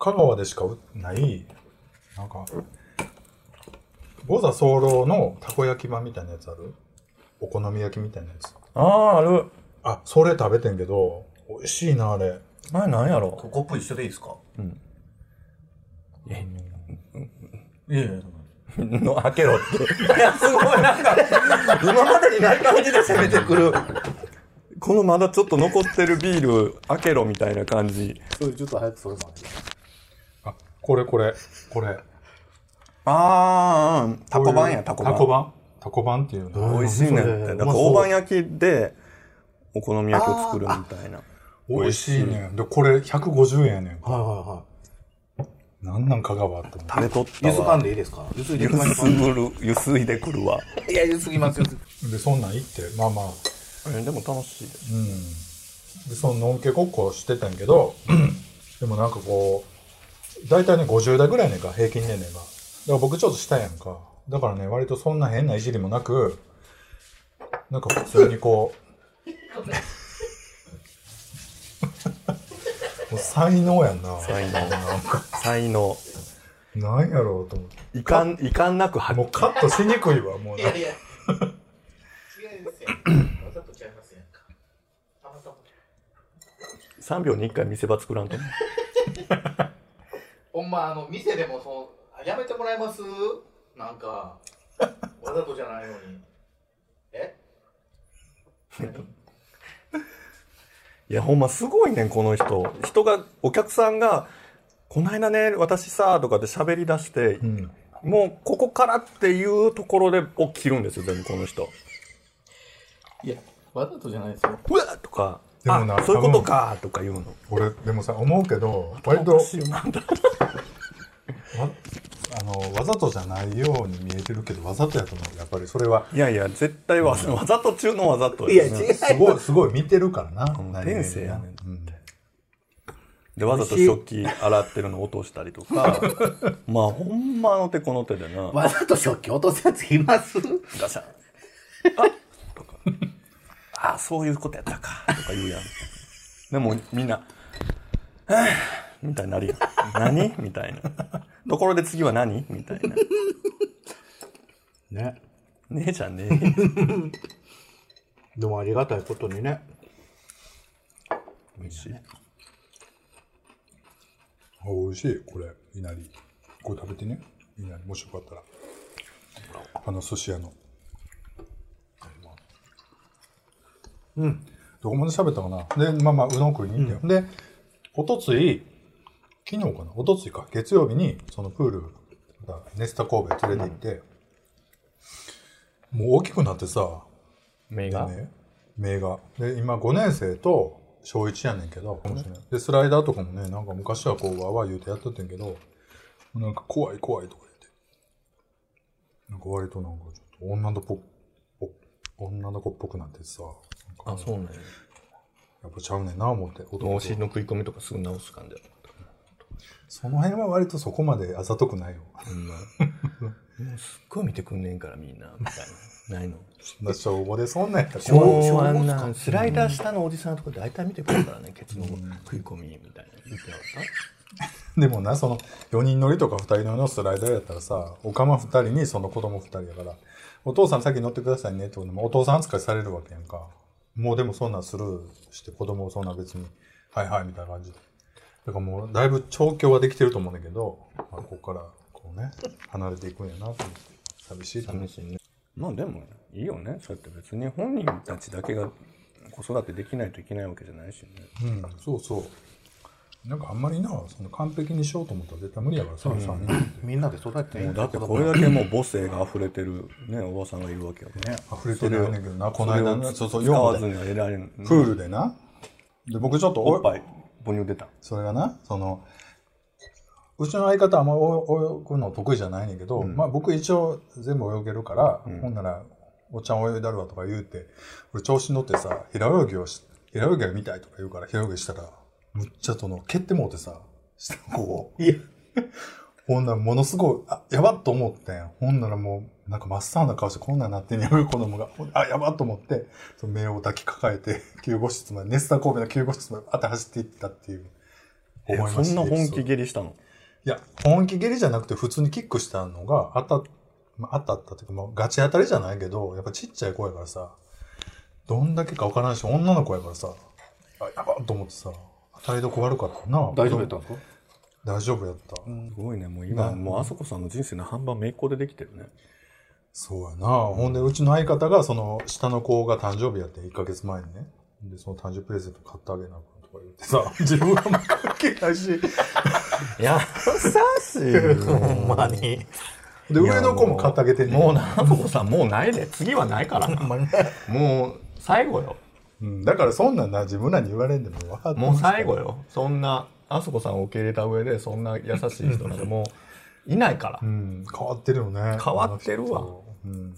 [SPEAKER 1] 香川でしか売ってないなんか五座早漏のたこ焼き場みたいなやつあるお好み焼きみたいなやつ
[SPEAKER 2] ああ、ある。
[SPEAKER 1] あそれ食べてんけど美味しいなあれ
[SPEAKER 2] 前なんやろ
[SPEAKER 3] コップ一緒でいいですかいやいや、
[SPEAKER 2] の、開けろって。いや、すごい、なんか、今までにない感じで攻めてくる。このまだちょっと残ってるビー [LAUGHS] ル、開けろみたいな感じ。
[SPEAKER 3] [LAUGHS] それちょっと早くそれもある
[SPEAKER 1] あこれこれこれ
[SPEAKER 2] ああ、タコ
[SPEAKER 1] 版
[SPEAKER 2] 版や、タコ
[SPEAKER 1] タコ
[SPEAKER 2] 版。
[SPEAKER 1] 版タコ版っていうの
[SPEAKER 2] 美味しいねっ
[SPEAKER 3] う
[SPEAKER 2] て。
[SPEAKER 3] ん
[SPEAKER 2] だ
[SPEAKER 3] う
[SPEAKER 2] か
[SPEAKER 3] ま
[SPEAKER 2] ら、
[SPEAKER 3] そう
[SPEAKER 2] 大判焼きで、お好み焼きを作るみたいな。
[SPEAKER 1] 美味しいねんでこれ150円やねん
[SPEAKER 3] はいはいはい。
[SPEAKER 1] なんなん香川って思
[SPEAKER 2] 食べとった
[SPEAKER 3] ゆすか
[SPEAKER 2] わ。
[SPEAKER 3] んでいいですかゆすいで
[SPEAKER 2] ゆ
[SPEAKER 3] きます
[SPEAKER 2] すぐる、ゆすいでくるわ。
[SPEAKER 3] いや、ゆすぎますよ。
[SPEAKER 1] うでそんなん行ってまあまあ
[SPEAKER 2] えでも楽しいです。
[SPEAKER 1] うんでそののんけごっこしてたんやけど [CLEARS THROAT] でもなんかこう大体ね50代ぐらいやねんか平均年齢がだから僕ちょっと下やんかだからね割とそんな変ないじりもなくなんか普通にこうもう才能やんな
[SPEAKER 2] 才能
[SPEAKER 1] なんか
[SPEAKER 2] 才能。
[SPEAKER 1] なんやろうと思って
[SPEAKER 2] いかん、いかんなく発
[SPEAKER 1] もうカットしにくいわもうな
[SPEAKER 3] や。違いますよ。わざとちゃいますやんか。たまたま。
[SPEAKER 2] 3秒に1回見せ場作らんと思う。
[SPEAKER 3] ほんま、あの、店でもそう、やめてもらえますなんか、わざとじゃないのに。え
[SPEAKER 2] いや、ほんますごいねん、この人。人が、お客さんが、こないだね、私さ、とかって喋り出して、
[SPEAKER 1] うん
[SPEAKER 2] もうここからっていうところで、を切るんですよ、全部この人。
[SPEAKER 3] いや、わざとじゃないですよ。
[SPEAKER 2] うわっとか、
[SPEAKER 1] でもな
[SPEAKER 2] あ、そういうことか、とか言うの。
[SPEAKER 1] 俺でもさ思うけど割と
[SPEAKER 2] お
[SPEAKER 1] わ
[SPEAKER 2] かしいよなんだ。
[SPEAKER 1] あのわざとじゃないように見えてるけどわざとやと思うやっぱりそれはい
[SPEAKER 2] やいや、絶対わざわざと中のわざと
[SPEAKER 3] いや、
[SPEAKER 2] やね
[SPEAKER 3] 違
[SPEAKER 1] す
[SPEAKER 3] う。
[SPEAKER 1] ごいすごい見てるからな
[SPEAKER 2] うん
[SPEAKER 1] 何気にな
[SPEAKER 2] 天性やねんって
[SPEAKER 1] うん
[SPEAKER 2] で、わざと食器洗ってるの落としたりと [LAUGHS] か、まあ、ほんまあの手この手でな、
[SPEAKER 3] わざと食器落とすやついます
[SPEAKER 2] ガシャン。あとか。あ、そういうことやったか。とか言うやん。でもみんな、はぁみたいになるやん。何みたいな。ところで次は何みたいな。
[SPEAKER 3] ね。
[SPEAKER 2] ねえじゃねえ。
[SPEAKER 3] でもありがたいことにね。
[SPEAKER 2] 美味しい。
[SPEAKER 1] あ美味しいこれいなりこれ食べてねいなりもしよかったらあの寿司屋の
[SPEAKER 3] うん。
[SPEAKER 1] どこまで喋ったかなでまあまあうどん食いに行ったよ、でおとつい昨日かなおとついか月曜日にそのプールまたネスタ神戸連れて行って、もう大きくなってさ
[SPEAKER 2] 目
[SPEAKER 1] で
[SPEAKER 2] が。
[SPEAKER 1] ね名がで今5年生と小1やねんけど面白いでスライダーとかもねなんか昔はこうわーわー言うてやっとってんけどなんか怖い怖いとか言ってなんか割となんかちょっと女の子っぽ女の子っぽくなってさなん
[SPEAKER 2] あ、
[SPEAKER 1] か
[SPEAKER 2] そう [LAUGHS] なんや。
[SPEAKER 1] やっぱちゃうねんな思って男
[SPEAKER 2] お
[SPEAKER 1] と
[SPEAKER 2] 尻の食い込みとかすぐ直す感じや。
[SPEAKER 1] その辺は割とそこまであざとくないよ
[SPEAKER 2] ほんまもうすっごい見てくんねんからみんなみたいな [LAUGHS] ないの
[SPEAKER 1] そんな小5でそんなんやったら
[SPEAKER 2] 昭
[SPEAKER 1] 怖い
[SPEAKER 2] 和あんなスライダー下のおじさんとか大体見てくるからねケツの食い込みみたいな言ってなかっ
[SPEAKER 1] でもなその4人乗りとか2人乗りのスライダーやったらさおかま2人にその子供2人やからお父さん先乗ってくださいねってことでもお父さん扱いされるわけやんかもうでもそんなんスルーして子供をそんな別にはいはいみたいな感じでだからもうだいぶ調教はできてると思うんだけど、まあ、ここからこうね離れていくんやなと思って寂しい
[SPEAKER 2] た
[SPEAKER 1] と思う
[SPEAKER 2] 寂しいねまあでもいいよねそうやって別に本人たちだけが子育てできないといけないわけじゃないしね
[SPEAKER 1] うんそうそうなんかあんまりなその完璧にしようと思ったら絶対無理やからさ、3人
[SPEAKER 3] みんなで育てていい
[SPEAKER 2] も
[SPEAKER 3] ん
[SPEAKER 2] うだ
[SPEAKER 3] だ
[SPEAKER 2] って
[SPEAKER 3] け
[SPEAKER 2] これだけもう母性が溢れてるねおばさんがいるわけよね
[SPEAKER 1] 溢れてるんだけどなこの
[SPEAKER 2] それ
[SPEAKER 1] 間
[SPEAKER 2] を
[SPEAKER 1] ねそうそう
[SPEAKER 2] 使
[SPEAKER 1] よ
[SPEAKER 2] わ
[SPEAKER 1] く
[SPEAKER 2] ずにはいられん
[SPEAKER 1] プールでなで僕ちょっと
[SPEAKER 2] おっぱい母乳出た
[SPEAKER 1] それがなそのうちの相方はあんま泳ぐの得意じゃないねんけど、まあ、僕一応全部泳げるから、ほんなら「おっちゃん泳いだるわ」とか言うて俺調子に乗ってさ平泳ぎをし平泳ぎが見たいとか言うから平泳ぎしたらむっちゃその蹴ってもうてさ下の子を
[SPEAKER 3] いや、
[SPEAKER 1] ほんならものすごいあやばっと思ってんほんならもうなんか真っ青な顔してこんなんなってんやろ子供がほんあやばっと思ってその目を抱きかかえて救護室まで熱田神戸の救護室まであって走っていったっていう
[SPEAKER 2] え
[SPEAKER 1] 思いまし
[SPEAKER 2] そん
[SPEAKER 1] た
[SPEAKER 2] な本
[SPEAKER 1] エピソード
[SPEAKER 2] 気蹴りしたの
[SPEAKER 1] いや、本気蹴りじゃなくて普通にキックしたのが当たっ、まあ、当たったっていうか、まあ、ガチ当たりじゃないけど、やっぱちっちゃい子やからさ、どんだけか分からんし、女の子やからさ、あ、やばっと思ってさ、当たりどこ悪かったな。
[SPEAKER 3] 大丈夫やったんですか
[SPEAKER 1] 大丈夫やった。
[SPEAKER 2] すごいねもう今
[SPEAKER 1] な
[SPEAKER 2] もうあそこさんの人生の半分めいっ子でできてるね
[SPEAKER 1] そうやな。ほんで、うちの相方が、その、下の子が誕生日やって、1ヶ月前にね。で、その誕生日プレゼント買ってあげなあかんとか言ってさ、自分が負けないし。
[SPEAKER 2] いや優
[SPEAKER 3] ほんまに。
[SPEAKER 1] で、上の子も買ってあげてんねん
[SPEAKER 2] もうなあそこさんもうないで次はないから
[SPEAKER 3] ほんまに。
[SPEAKER 2] もう最後よ
[SPEAKER 1] うん。だからそんなんな、自分らに言われんでも分かって
[SPEAKER 2] もう
[SPEAKER 1] ますから
[SPEAKER 2] 最後よそんなあそこさんを受け入れた上でそんな優しい人なんてもういないから
[SPEAKER 1] うん、変わってるよね。
[SPEAKER 2] 変わってるわ
[SPEAKER 1] うん。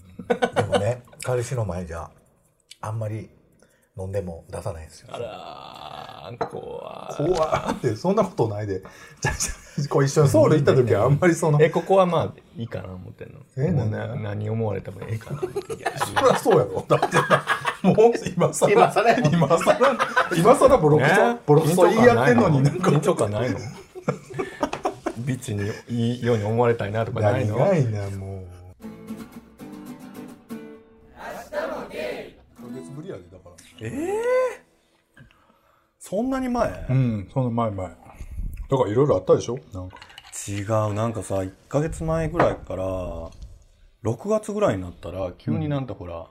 [SPEAKER 3] でもね、彼氏の前じゃ、あんまり飲んでも出さないんですよ。
[SPEAKER 2] あらー怖い
[SPEAKER 1] 怖って、そんなことないで。じゃあじゃあこう一緒にソウル行った時はあんまりその、
[SPEAKER 2] えここはまあいいかな思ってんの
[SPEAKER 1] え
[SPEAKER 2] もうな
[SPEAKER 1] なんで
[SPEAKER 2] 何思われてもええかな思っていや
[SPEAKER 1] そりゃそうやろ。だってな、もう今更、
[SPEAKER 3] 今更や
[SPEAKER 1] 今更、今更ボロクソ、ボロクソ言い合ってんのになんか、
[SPEAKER 2] 緊張感ないのビッチにいいように思われたいなとかない
[SPEAKER 1] 何
[SPEAKER 2] の
[SPEAKER 1] がいな、もう。明日もゲイ月ぶりやで、だか
[SPEAKER 2] そんなに前
[SPEAKER 1] ら。うん、その前前。だからいろいろあったでしょなんか。
[SPEAKER 2] 違うなんかさ1ヶ月前ぐらいから6月ぐらいになったら急になんかほら、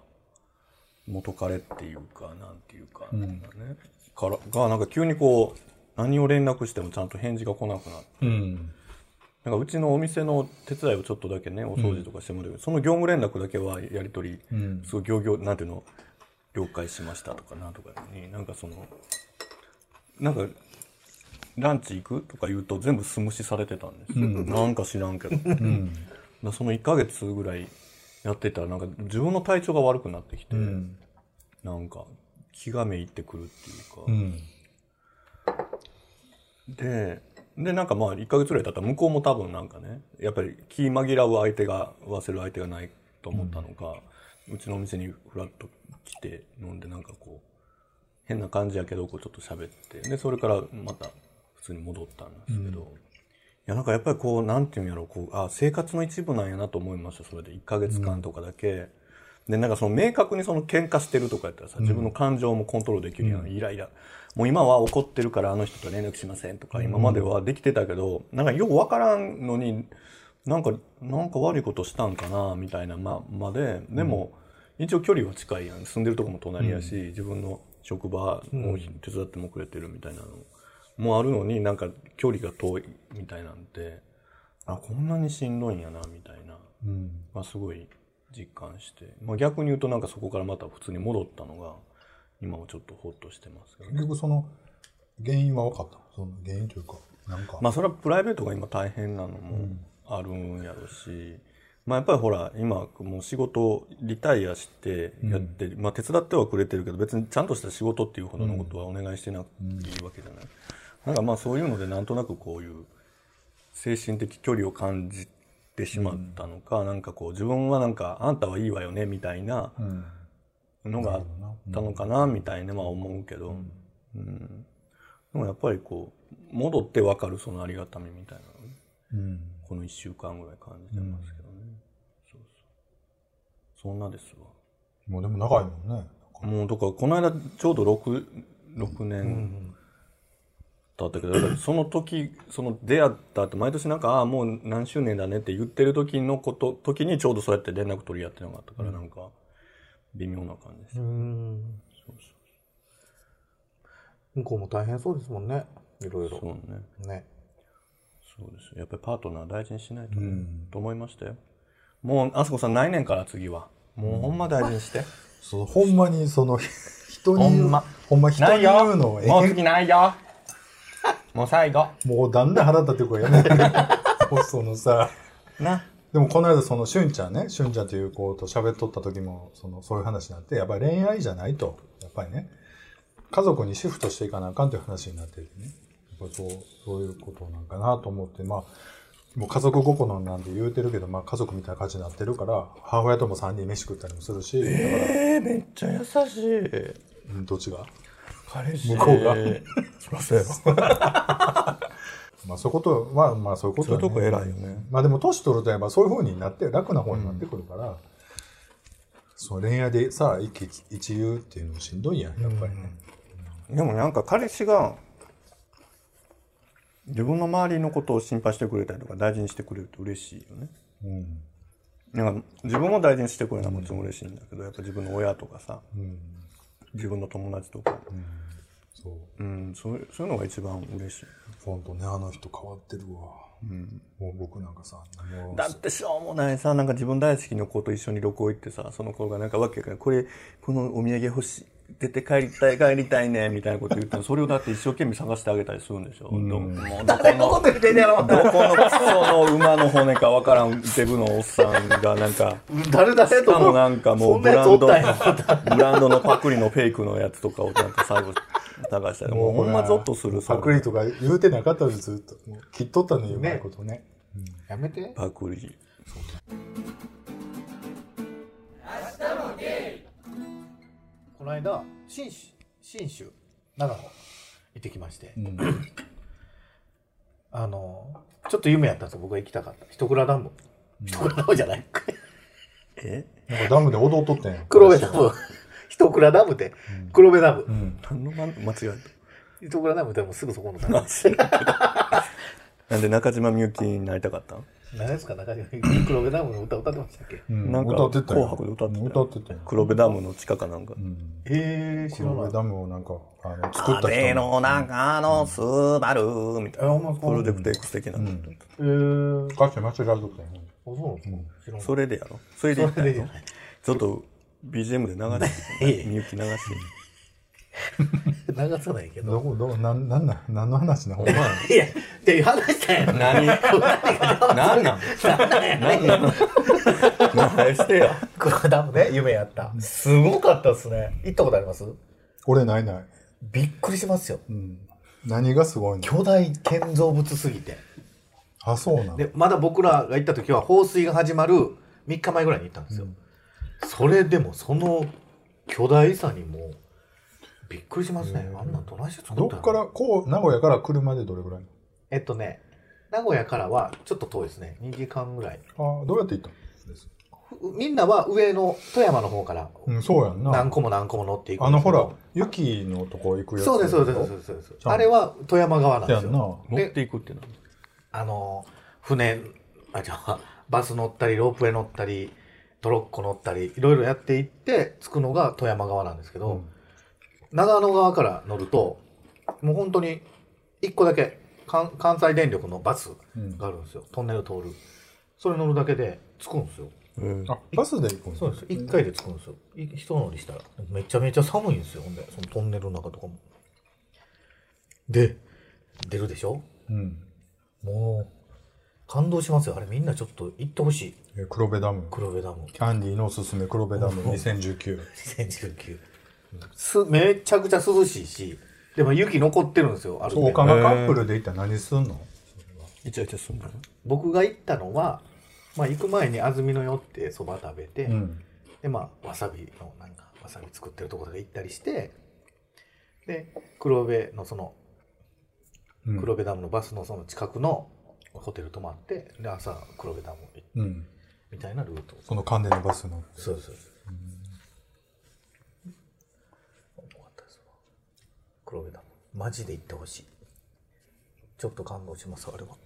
[SPEAKER 2] 元彼っていうかなんていうか,、なんかね、からがなんか急にこう何を連絡してもちゃんと返事が来なくなって
[SPEAKER 1] うん。
[SPEAKER 2] なんかうちのお店の手伝いをちょっとだけねお掃除とかしてもらうけど、その業務連絡だけはやり取り、
[SPEAKER 1] うん
[SPEAKER 2] すごい行々なんていうの了解しましたとかなんとかやのになんかそのなんかランチ行くとか言うと全部素無視されてたんですよ、なんか知らんけど、だか
[SPEAKER 1] うん。
[SPEAKER 2] らその1ヶ月ぐらいやってたらなんか自分の体調が悪くなってきて、
[SPEAKER 1] うん。
[SPEAKER 2] なんか気がめいってくるっていうか、
[SPEAKER 1] うん。
[SPEAKER 2] ででなんかまあ1ヶ月ぐらい経ったら向こうも多分なんかねやっぱり気紛らう相手が合わせる相手がないと思ったのか、うちのお店にふらっと来て飲んでなんかこう変な感じやけどこうちょっと喋ってでそれからまた普通に戻ったんですけど、いやなんかやっぱりこうなんていうんやろうこうあ生活の一部なんやなと思いましたそれで1ヶ月間とかだけ。でなんかその明確にその喧嘩してるとかやったらさ自分の感情もコントロールできるやん、イライラもう今は怒ってるからあの人と連絡しませんとか今まではできてたけど、なんかよくわからんのになんかなんか悪いことしたんかなみたいなままででも、一応距離は近いやん住んでるとこも隣やし、自分の職場も手伝ってもくれてるみたいなのもあるのになんか距離が遠いみたいなんてあこんなにしんどいんやなみたいな。
[SPEAKER 1] うん。
[SPEAKER 2] まあ、すごい実感して、まあ、逆に言うとなんかそこからまた普通に戻ったのが今はちょっとホッとしてますけど、
[SPEAKER 1] 結局その原因は分かったのその原因というかなんか、
[SPEAKER 2] まあそれはプライベートが今大変なのもあるんやろし、まあ、やっぱりほら今もう仕事リタイアしてやって、まあ、手伝ってはくれてるけど別にちゃんとした仕事っていうほどのことはお願いしてなくていいわけじゃない、なんかまあそういうのでなんとなくこういう精神的距離を感じってしまったのか、なんかこう自分はなんかあんたはいいわよねみたいな
[SPEAKER 1] うん
[SPEAKER 2] のがあったのかなみたいなは思うけど、うんでもやっぱりこう戻ってわかるそのありがたみみたいなのね
[SPEAKER 1] うん
[SPEAKER 2] この1週間ぐらい感じてますけどね、そうそうそんなですわ
[SPEAKER 1] もうでも長いもんね
[SPEAKER 2] もうだからこの間ちょうど 6, 6年経ったけど、だからその時その出会ったって毎年なんかああもう何周年だねって言ってる時のこと時にちょうどそうやって連絡取り合ってなかったからなんか微妙な感じです、
[SPEAKER 3] うん向こうも大変そうですもんねいろい
[SPEAKER 2] そう
[SPEAKER 3] ろ
[SPEAKER 2] ね
[SPEAKER 3] ね
[SPEAKER 2] そうですやっぱりパートナー大事にしないと、ね
[SPEAKER 1] うん
[SPEAKER 2] と思いましたよもうあそこさん来年から次はもうほんま大事にして、
[SPEAKER 1] そうほんまにその人に
[SPEAKER 2] ほ
[SPEAKER 1] 言うん
[SPEAKER 2] ま
[SPEAKER 1] ほんま人に言うのええ
[SPEAKER 2] もう次ない [LAUGHS] よもう最後
[SPEAKER 1] もうだんだん腹立ってこいやめて
[SPEAKER 2] [LAUGHS]
[SPEAKER 1] もうそのさ
[SPEAKER 2] な
[SPEAKER 1] でもこの間そのしゅんちゃんねしゅんちゃんという子と喋っとった時もそのそういう話になってやっぱり恋愛じゃないとやっぱりね家族にシフトしていかなあかんという話になっててねやっぱりそうそういうことなんかなと思ってまあもう家族ごこのなんて言うてるけど、まあ、家族みたいな感じになってるから母親とも3人飯食ったりもするしだから、
[SPEAKER 2] えー、めっちゃ優しい
[SPEAKER 1] うんどっちが
[SPEAKER 2] 彼氏
[SPEAKER 1] 向こうが
[SPEAKER 2] そりゃそうやろ
[SPEAKER 1] まあそういうことはまあそういうこと
[SPEAKER 2] そうい
[SPEAKER 1] だ
[SPEAKER 2] う
[SPEAKER 1] ね
[SPEAKER 2] とこ偉いよね
[SPEAKER 1] まあでも年取るとやっぱそういう風になって楽な方になってくるから、そう恋愛でさ一喜一憂っていうのもしんどいやんやっぱりね、
[SPEAKER 2] でもなんか彼氏が自分の周りのことを心配してくれたりとか大事にしてくれると嬉しいよね
[SPEAKER 1] うん
[SPEAKER 2] なんか自分も大事にしてくれるのはもちろん嬉しいんだけど、やっぱ自分の親とかさ
[SPEAKER 1] うん
[SPEAKER 2] 自分の友達とか
[SPEAKER 1] そ
[SPEAKER 2] う
[SPEAKER 1] う
[SPEAKER 2] ん、そういうそういうのが一番嬉しい
[SPEAKER 1] ほんとねあの人変わってるわ、もう僕なんかさもう
[SPEAKER 2] だってしょうもないさなんか自分大好きの子と一緒に旅行行ってさその子がなんかわけからこれこのお土産欲しい出て帰りたい帰りたいねみたいなこと言ってもそれをだって一生懸命探してあげたりするんでしょ、うどもうどこの
[SPEAKER 3] と言ってんねやろ
[SPEAKER 2] どこのクソの馬の骨かわからんデブのおっさんがなんか。
[SPEAKER 3] 誰だ
[SPEAKER 2] し
[SPEAKER 3] せ
[SPEAKER 2] か
[SPEAKER 3] と
[SPEAKER 2] もなんかも
[SPEAKER 3] そ
[SPEAKER 2] うんブ
[SPEAKER 3] なや
[SPEAKER 2] ラ
[SPEAKER 3] つお
[SPEAKER 2] ン
[SPEAKER 3] っ
[SPEAKER 2] ド、
[SPEAKER 3] たんや
[SPEAKER 2] ブランドのパクリのフェイクのやつとかをなんか最後探したり、もうほんまゾッとする
[SPEAKER 1] パクリとか言うてなかったですずっともう切っとったのようまいことね
[SPEAKER 3] やめて
[SPEAKER 2] パクリ。
[SPEAKER 3] この間信州信州長野行ってきまして、
[SPEAKER 1] ん
[SPEAKER 3] あのちょっと夢やったんですよ僕が行きたかった一倉ダム一倉ダムじゃない
[SPEAKER 2] え
[SPEAKER 1] なんかダムで踊っとったんや
[SPEAKER 3] 黒部ダム一倉ダムで黒部ダム、
[SPEAKER 1] うん
[SPEAKER 2] 何の間違え
[SPEAKER 3] 一倉ダムでもすぐそこのダム
[SPEAKER 2] たなんで中島みゆきになりたかったん
[SPEAKER 3] 何ですか中島黒部ダムの歌歌ってましたっけ
[SPEAKER 1] うん
[SPEAKER 2] なんか
[SPEAKER 1] 歌ってたんや
[SPEAKER 2] 紅白で歌ってたよ
[SPEAKER 1] 歌ってたんや
[SPEAKER 2] 黒部ダムの地下かなんか。
[SPEAKER 1] うん
[SPEAKER 3] ええ知ら
[SPEAKER 1] 黒
[SPEAKER 3] な
[SPEAKER 1] 部
[SPEAKER 3] い
[SPEAKER 1] ダムをなんかあの作った
[SPEAKER 2] 壁
[SPEAKER 1] 人も
[SPEAKER 2] の中のスバルーみたい
[SPEAKER 3] え
[SPEAKER 2] な。
[SPEAKER 3] ほんまですか
[SPEAKER 2] プロジェクト X 的な。
[SPEAKER 3] えー、あ
[SPEAKER 1] 歌詞間違えとったんや
[SPEAKER 3] そうなんですか知らない
[SPEAKER 2] それでやろ。それで行ったん
[SPEAKER 3] それ
[SPEAKER 2] や
[SPEAKER 3] でじゃ
[SPEAKER 2] ろ
[SPEAKER 3] ない
[SPEAKER 2] ちょっと BGM で流して。みゆき流して。
[SPEAKER 3] 流さないけど
[SPEAKER 1] どこどこなんなんなん何の話なほんまや
[SPEAKER 3] いやで話したやん
[SPEAKER 2] 何何なん何なん何してよ。
[SPEAKER 3] 黒部ダムね夢やったすごかったですね行ったことあります
[SPEAKER 1] 俺ないない、
[SPEAKER 3] びっくりしますよ
[SPEAKER 1] うん、何がすごいの
[SPEAKER 3] 巨大建造物すぎて
[SPEAKER 1] あそうなの
[SPEAKER 3] でまだ僕らが行った時は放水が始まる3日前ぐらいに行ったんですよ、それでもその巨大さにもうびっくりしますね、あんなんどないして作った
[SPEAKER 1] ど
[SPEAKER 3] の
[SPEAKER 1] っからこう名古屋から車でどれぐらい
[SPEAKER 3] えっとね名古屋からはちょっと遠いですね2時間ぐらい
[SPEAKER 1] ああどうやって行ったんです
[SPEAKER 3] ふみんなは上の富山の方から
[SPEAKER 1] うんそうやんな
[SPEAKER 3] 何個も何個も乗っていく
[SPEAKER 1] あ
[SPEAKER 3] ん
[SPEAKER 1] の
[SPEAKER 3] ですけ
[SPEAKER 1] ほ
[SPEAKER 3] ど
[SPEAKER 1] ら雪のとこ行くやつ
[SPEAKER 3] そうですそうですそうですそうですあれは富山側な
[SPEAKER 1] そ
[SPEAKER 3] んで
[SPEAKER 1] や
[SPEAKER 3] す
[SPEAKER 1] ん
[SPEAKER 3] よ
[SPEAKER 1] な
[SPEAKER 2] 持っていくってな。
[SPEAKER 3] あの船あじゃあバス乗ったりロープウェイ乗ったりトロッコ乗ったりいろいろやっていって着くのが富山側なんですけど、長野側から乗るともう本当に1個だけ関関西電力のバス
[SPEAKER 1] うん
[SPEAKER 3] があるんですよ、トンネル通るそれ乗るだけで着くんですよ
[SPEAKER 2] うん
[SPEAKER 1] あバスで行くん
[SPEAKER 3] そうです1回で着くんですよい一乗りしたらめちゃめちゃ寒いんですよほんでそのトンネルの中とかもで出るでしょ
[SPEAKER 1] うん
[SPEAKER 3] もう感動しますよあれみんなちょっと行ってほしい
[SPEAKER 1] え黒部ダム
[SPEAKER 3] 黒部ダム
[SPEAKER 1] キャンディーのおすすめ黒部ダム2019
[SPEAKER 3] 2019すめちゃくちゃ涼しいしでも雪残ってるんですよある
[SPEAKER 1] そう
[SPEAKER 3] 程
[SPEAKER 1] おか
[SPEAKER 3] 度
[SPEAKER 1] がカップルで行ったら何すんの
[SPEAKER 2] イチャイチャすんだよ。
[SPEAKER 3] 僕が行ったのはまあ、行く前に安曇野寄ってそば食べて、
[SPEAKER 1] うん
[SPEAKER 3] でまあわさびのなんかわさび作ってるところで行ったりしてで黒部のその
[SPEAKER 1] うん
[SPEAKER 3] 黒部ダムのバスのその近くのホテル泊まってで朝黒部ダム行く
[SPEAKER 1] うん
[SPEAKER 3] みたいなルート
[SPEAKER 1] その関連のバスの
[SPEAKER 3] そうそうよかったですわ黒部ダムマジで行ってほしいちょっと感動しますあれは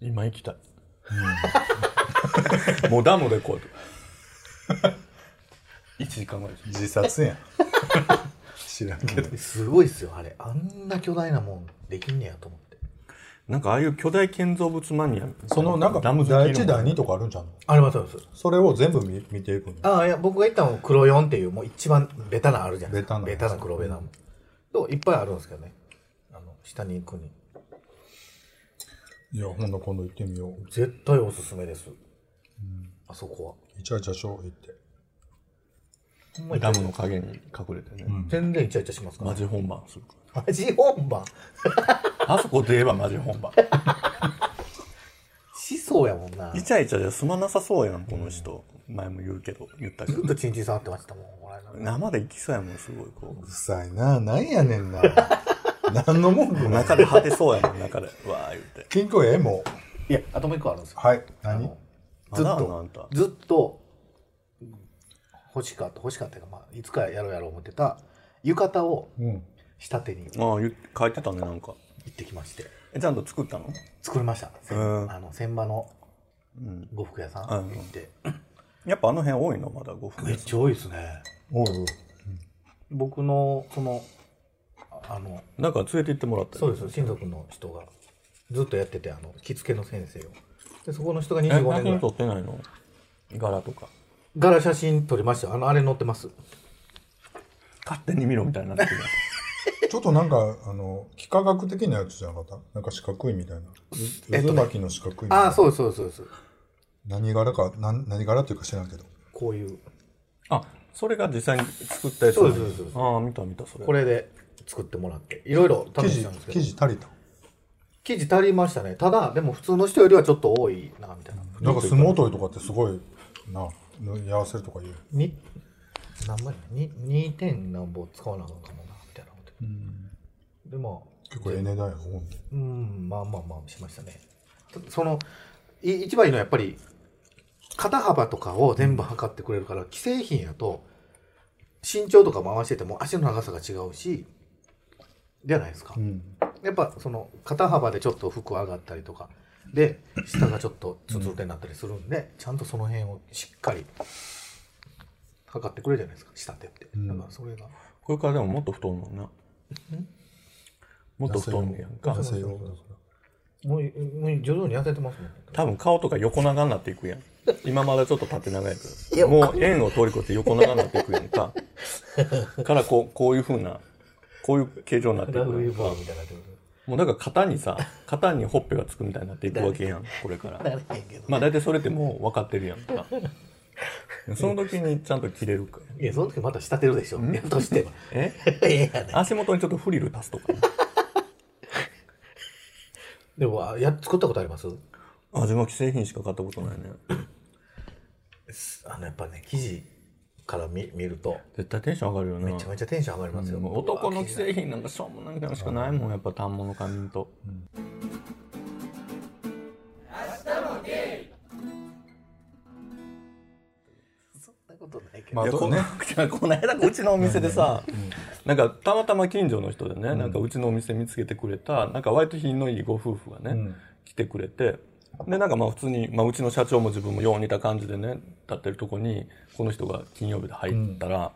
[SPEAKER 2] 今行きたい。もうダムでこうやって。1時間ぐらいです。
[SPEAKER 1] 自殺
[SPEAKER 3] [LAUGHS]
[SPEAKER 1] やん知らんけど
[SPEAKER 3] すごいですよあれあんな巨大なもんできんねやと思って
[SPEAKER 2] なんかああいう巨大建造物マニア。
[SPEAKER 1] そのなんか
[SPEAKER 2] ダム好き
[SPEAKER 1] 第一
[SPEAKER 2] の
[SPEAKER 1] 第二とかあるんじゃん
[SPEAKER 3] あれはそうです
[SPEAKER 1] それを全部見見ていくの
[SPEAKER 3] ああいや僕が行ったのは黒四っていうもう一番ベタなあるじゃないですか
[SPEAKER 1] ベ
[SPEAKER 3] ベ
[SPEAKER 1] タ
[SPEAKER 3] タ
[SPEAKER 1] な
[SPEAKER 3] な黒部ダムといっぱいあるんですけどねあの下に行くに
[SPEAKER 1] いやほんな今度行ってみよう
[SPEAKER 3] 絶対おすすめです、あそこは
[SPEAKER 1] イチャイチャしよう行って
[SPEAKER 3] ほんまに
[SPEAKER 2] ダムの影に隠れてね。
[SPEAKER 3] 全然イチャイチャしますから
[SPEAKER 2] マジ本番するか
[SPEAKER 3] マジ本番
[SPEAKER 2] ら。あそこで言えばマジ本番。
[SPEAKER 3] しそうやもんな
[SPEAKER 2] [LAUGHS] イチャイチャじゃ済まなさそうやん、この人。前も言うけど、言ったけ
[SPEAKER 3] ず
[SPEAKER 2] ど
[SPEAKER 3] っ。とチンチン触ってましたもんこの間
[SPEAKER 2] 生で行きそうやもん、すごいこ
[SPEAKER 1] うるさいななんやねんな何の文句
[SPEAKER 2] う。
[SPEAKER 1] も
[SPEAKER 2] 中で果てそうやもん、中で。わー言って。
[SPEAKER 1] 近況ええもう
[SPEAKER 3] いやあともう一個あるんですよ
[SPEAKER 1] はい
[SPEAKER 3] あ
[SPEAKER 1] 何
[SPEAKER 3] の
[SPEAKER 2] ま
[SPEAKER 3] ずっ
[SPEAKER 2] だあんのあん
[SPEAKER 3] と
[SPEAKER 2] た
[SPEAKER 3] ずっと欲しかった欲しかったっていうか、まあ、いつかやろうやろう思ってた浴衣を
[SPEAKER 1] うん
[SPEAKER 3] 下手に行
[SPEAKER 2] ああ、言って書いてたね、なんか。
[SPEAKER 3] ってきまして
[SPEAKER 2] え、ちゃんと作ったの
[SPEAKER 3] 作りました、せん
[SPEAKER 2] うん
[SPEAKER 3] あの千葉の
[SPEAKER 2] うん。
[SPEAKER 3] 呉服屋さん
[SPEAKER 2] うん
[SPEAKER 3] 行って、
[SPEAKER 2] やっぱあの辺多いの、まだ5分
[SPEAKER 3] めっ。ちゃ多いですね
[SPEAKER 1] おうおう
[SPEAKER 3] 僕のそのああの
[SPEAKER 2] なんか連れて行ってもらった
[SPEAKER 3] そう
[SPEAKER 2] よ
[SPEAKER 3] です親族の人がずっとやっててあの着付けの先生をでそこの人が25
[SPEAKER 2] え、
[SPEAKER 3] 年ぐ
[SPEAKER 2] 写
[SPEAKER 3] ら
[SPEAKER 2] 真
[SPEAKER 3] い
[SPEAKER 2] 撮ってないの柄とか。
[SPEAKER 3] 柄写真撮りましたあのあれ載ってます
[SPEAKER 2] 勝手に見ろみたいになってる。
[SPEAKER 1] ちょっとなんかあの幾何学的なやつじゃなかったなんか四角いみたいな
[SPEAKER 3] えっと
[SPEAKER 1] 渦
[SPEAKER 3] ね
[SPEAKER 1] 巻きの四角いみたいな
[SPEAKER 3] ああそうですそうですそうです
[SPEAKER 1] 何柄か何何柄っていうか知らんけど
[SPEAKER 3] こういう
[SPEAKER 2] [LAUGHS] あ、それが実際に作ったやつ
[SPEAKER 3] そうですそうですそうです
[SPEAKER 2] ああ、見た見た、それ。
[SPEAKER 3] これで作ってもらっていろいろ
[SPEAKER 1] 生
[SPEAKER 3] 試し
[SPEAKER 1] 地
[SPEAKER 3] たんですけ
[SPEAKER 1] 生
[SPEAKER 3] ど
[SPEAKER 1] 地足りた
[SPEAKER 3] 生地足りましたねただでも普通の人よりはちょっと多いなみたいな
[SPEAKER 1] なんか相撲取りとかってすごいな縫い合わせるとか言う
[SPEAKER 3] に何倍に2点何本使わなあかんかもなみたいなことでまあ
[SPEAKER 1] 結構ええ値段やろほんで
[SPEAKER 3] うんまあまあまあしましたねそのい一番いいのはやっぱり肩幅とかを全部測ってくれるから既製品やと身長とかも合わせてても足の長さが違うしじゃないですか、
[SPEAKER 1] うん
[SPEAKER 3] やっぱその肩幅でちょっと服上がったりとかで下がちょっとつつてになったりするんで、ちゃんとその辺をしっかり測ってくれるじゃないですか下手って、
[SPEAKER 1] ん
[SPEAKER 3] だからそれが
[SPEAKER 2] これからでももっと太るもんな。もっと太るんやんか
[SPEAKER 1] 男。性用だから
[SPEAKER 3] もうもう徐々に痩せてますもんね
[SPEAKER 2] 多分顔とか横長になっていくやん。今まだちょっと縦長やけ
[SPEAKER 3] い
[SPEAKER 2] ど。
[SPEAKER 3] や
[SPEAKER 2] もう円を通り越して横長になっていくやん
[SPEAKER 3] [LAUGHS]
[SPEAKER 2] か。からこう、こういう風な、こういう形状になっていく
[SPEAKER 3] ラ
[SPEAKER 2] やん
[SPEAKER 3] グビーバーみたいになってく
[SPEAKER 2] もうだから肩にさ、肩にほっぺがつくみたいになっていくわけやん、これから。
[SPEAKER 3] るなれへんけど
[SPEAKER 2] まあ大体それってもう分かってるやんか。 [LAUGHS] その時にちゃんと切れるか。
[SPEAKER 3] いやその時また下手るでしょやっとしては
[SPEAKER 2] え
[SPEAKER 3] いやね
[SPEAKER 2] 足元にちょっとフリル足すとか。
[SPEAKER 3] でもあや作ったことあります
[SPEAKER 2] あ、自分は既製品しか買ったことないね。
[SPEAKER 3] あのやっぱね生地から見見ると
[SPEAKER 2] 絶対テンション上がるよな。
[SPEAKER 3] めちゃめちゃテンション上がりますよ、
[SPEAKER 2] もう男の既製品なんかしょうもないからしかないもん、やっぱ単物かみんと。
[SPEAKER 3] そんなことないけど、
[SPEAKER 1] まあ
[SPEAKER 2] いや
[SPEAKER 1] ど
[SPEAKER 2] こ
[SPEAKER 1] うね
[SPEAKER 2] [LAUGHS] この間うちのお店でさ、なんかたまたま近所の人でね、なんかうちのお店見つけてくれた、なんか割と品のいいご夫婦がね、
[SPEAKER 1] うん
[SPEAKER 2] 来てくれて、で、なんかまあ普通に、まあうちの社長も自分もよう似た感じでね、立ってるとこに、この人が金曜日で入ったら、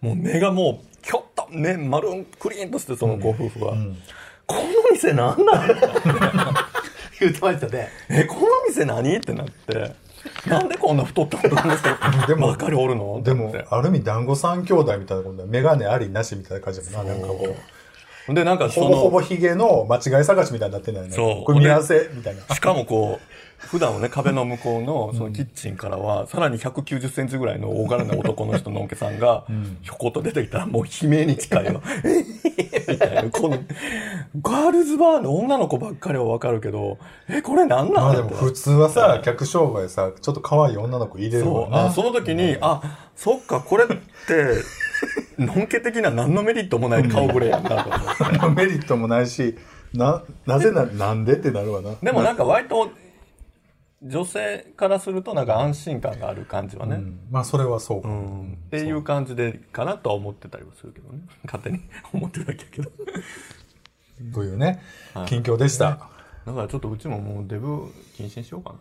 [SPEAKER 2] もう目がもう、きょっと、目丸んクリーンとしてそのご夫婦は、この店なんなん [LAUGHS]
[SPEAKER 3] 言ってましたね
[SPEAKER 2] え、この店何ってなって、なんでこんな太ったことなんですか [LAUGHS]
[SPEAKER 1] でも
[SPEAKER 2] ばっかりおるの
[SPEAKER 1] でも
[SPEAKER 2] って
[SPEAKER 1] ある意味団子三兄弟みたいなことだよ眼鏡ありなしみたいな感じだもんななんかこ
[SPEAKER 2] で、なんか
[SPEAKER 1] うほ
[SPEAKER 2] そ
[SPEAKER 1] ぼほぼ
[SPEAKER 2] の、
[SPEAKER 1] ひげの間違い探しみたいになってないね
[SPEAKER 2] そう
[SPEAKER 1] 組み合わせみたいな
[SPEAKER 2] しかもこう、普段はね、壁の向こうの、そのキッチンからは、さらに190センチぐらいの大柄な男の人のおけさ
[SPEAKER 1] [LAUGHS]
[SPEAKER 2] んが、ひょこっと出てきたら、もう悲鳴に近いわ。みたいな、この、ガールズバーの女の子ばっかりはわかるけど、え、これなん
[SPEAKER 1] ま
[SPEAKER 2] な
[SPEAKER 1] あ
[SPEAKER 2] ん
[SPEAKER 1] でも普通はさ、客商売さ、ちょっと可愛い女の子入れる
[SPEAKER 2] そ
[SPEAKER 1] も
[SPEAKER 2] うんあ
[SPEAKER 1] な。
[SPEAKER 2] その時に、あそっかこれってのんけ的な何のメリットもない顔ぶれやんなと思って
[SPEAKER 1] の [LAUGHS] メリットもないし、な、なぜな、なんでってなるわな。
[SPEAKER 2] でもなんか割と女性からするとなんか安心感がある感じは
[SPEAKER 1] う
[SPEAKER 2] ね、
[SPEAKER 1] ん、まあそれはそうか
[SPEAKER 2] う。んっていう感じでかなとは思ってたりもするけどね勝手 [LAUGHS] に思ってるだけやけど
[SPEAKER 1] というね
[SPEAKER 2] は、い
[SPEAKER 1] 近況でした。
[SPEAKER 2] だからちょっとうちももうデブ禁止にしようか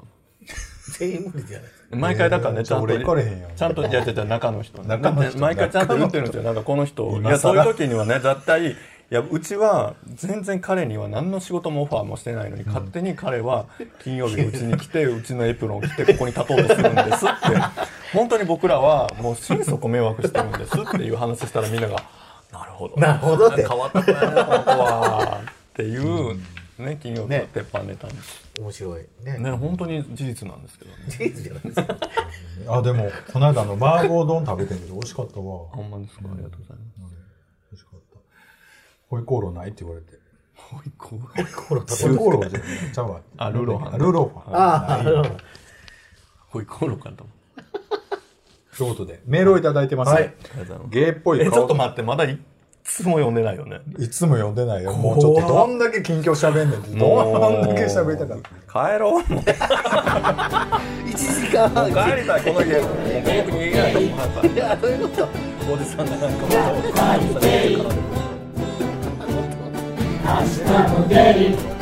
[SPEAKER 3] 全員無理じゃない
[SPEAKER 2] な毎回だからね、
[SPEAKER 1] えー
[SPEAKER 2] ちゃんと
[SPEAKER 1] じゃあ俺行かれへんやん
[SPEAKER 2] ちゃんといやってた中の人ね
[SPEAKER 1] 中の
[SPEAKER 2] [LAUGHS]
[SPEAKER 1] 人
[SPEAKER 2] 毎回ちゃんと言ってるんですよなんかこの人いや
[SPEAKER 1] 今
[SPEAKER 2] そう
[SPEAKER 1] 更
[SPEAKER 2] いう時にはね絶対いやうちは全然彼には何の仕事もオファーもしてないのに、勝手に彼は金曜日うちに来てうちのエプロンを着てここに立とうとするんですって本当に僕らはもう心底迷惑してるんですっていう話したらみんなが「 [LAUGHS] なるほど
[SPEAKER 3] なるほどって
[SPEAKER 2] 変わった子やなこの子は」っていう、ね、金曜日の鉄板ネタに、
[SPEAKER 3] 面白いね
[SPEAKER 2] ね本当に事実なんですけどね
[SPEAKER 3] 事実じゃないですか
[SPEAKER 1] あ、でも、この間あの、麻婆丼食べてんけど、美味しかったわ。
[SPEAKER 2] ほんまですかありがとうございます
[SPEAKER 1] 美味しかった。ホイコーローないって言われて。
[SPEAKER 2] ホイコーロー
[SPEAKER 3] コロ
[SPEAKER 1] ホイコーローじゃない。ちゃうわ。
[SPEAKER 2] あルーローハン
[SPEAKER 1] ルーローハン。
[SPEAKER 3] ああなるほど
[SPEAKER 2] ホイコーローかと思う
[SPEAKER 1] ということで、メールをいただいてます。
[SPEAKER 3] は
[SPEAKER 2] あ
[SPEAKER 3] い
[SPEAKER 2] りがとうございます
[SPEAKER 1] ゲイっぽい
[SPEAKER 2] え
[SPEAKER 1] 顔。
[SPEAKER 2] ちょっと待ってまだいつも読んでないよね
[SPEAKER 1] いつも読んでないよ。もうちょっと。どんだけ近況喋んねんって。どんだけ喋りたかった。
[SPEAKER 2] 帰ろうもう
[SPEAKER 3] 1時間半
[SPEAKER 2] 帰りたいこの家もうこの国以外もう早く帰
[SPEAKER 3] いやどういうこと
[SPEAKER 2] おじさんがなんかもう
[SPEAKER 5] 明日も出る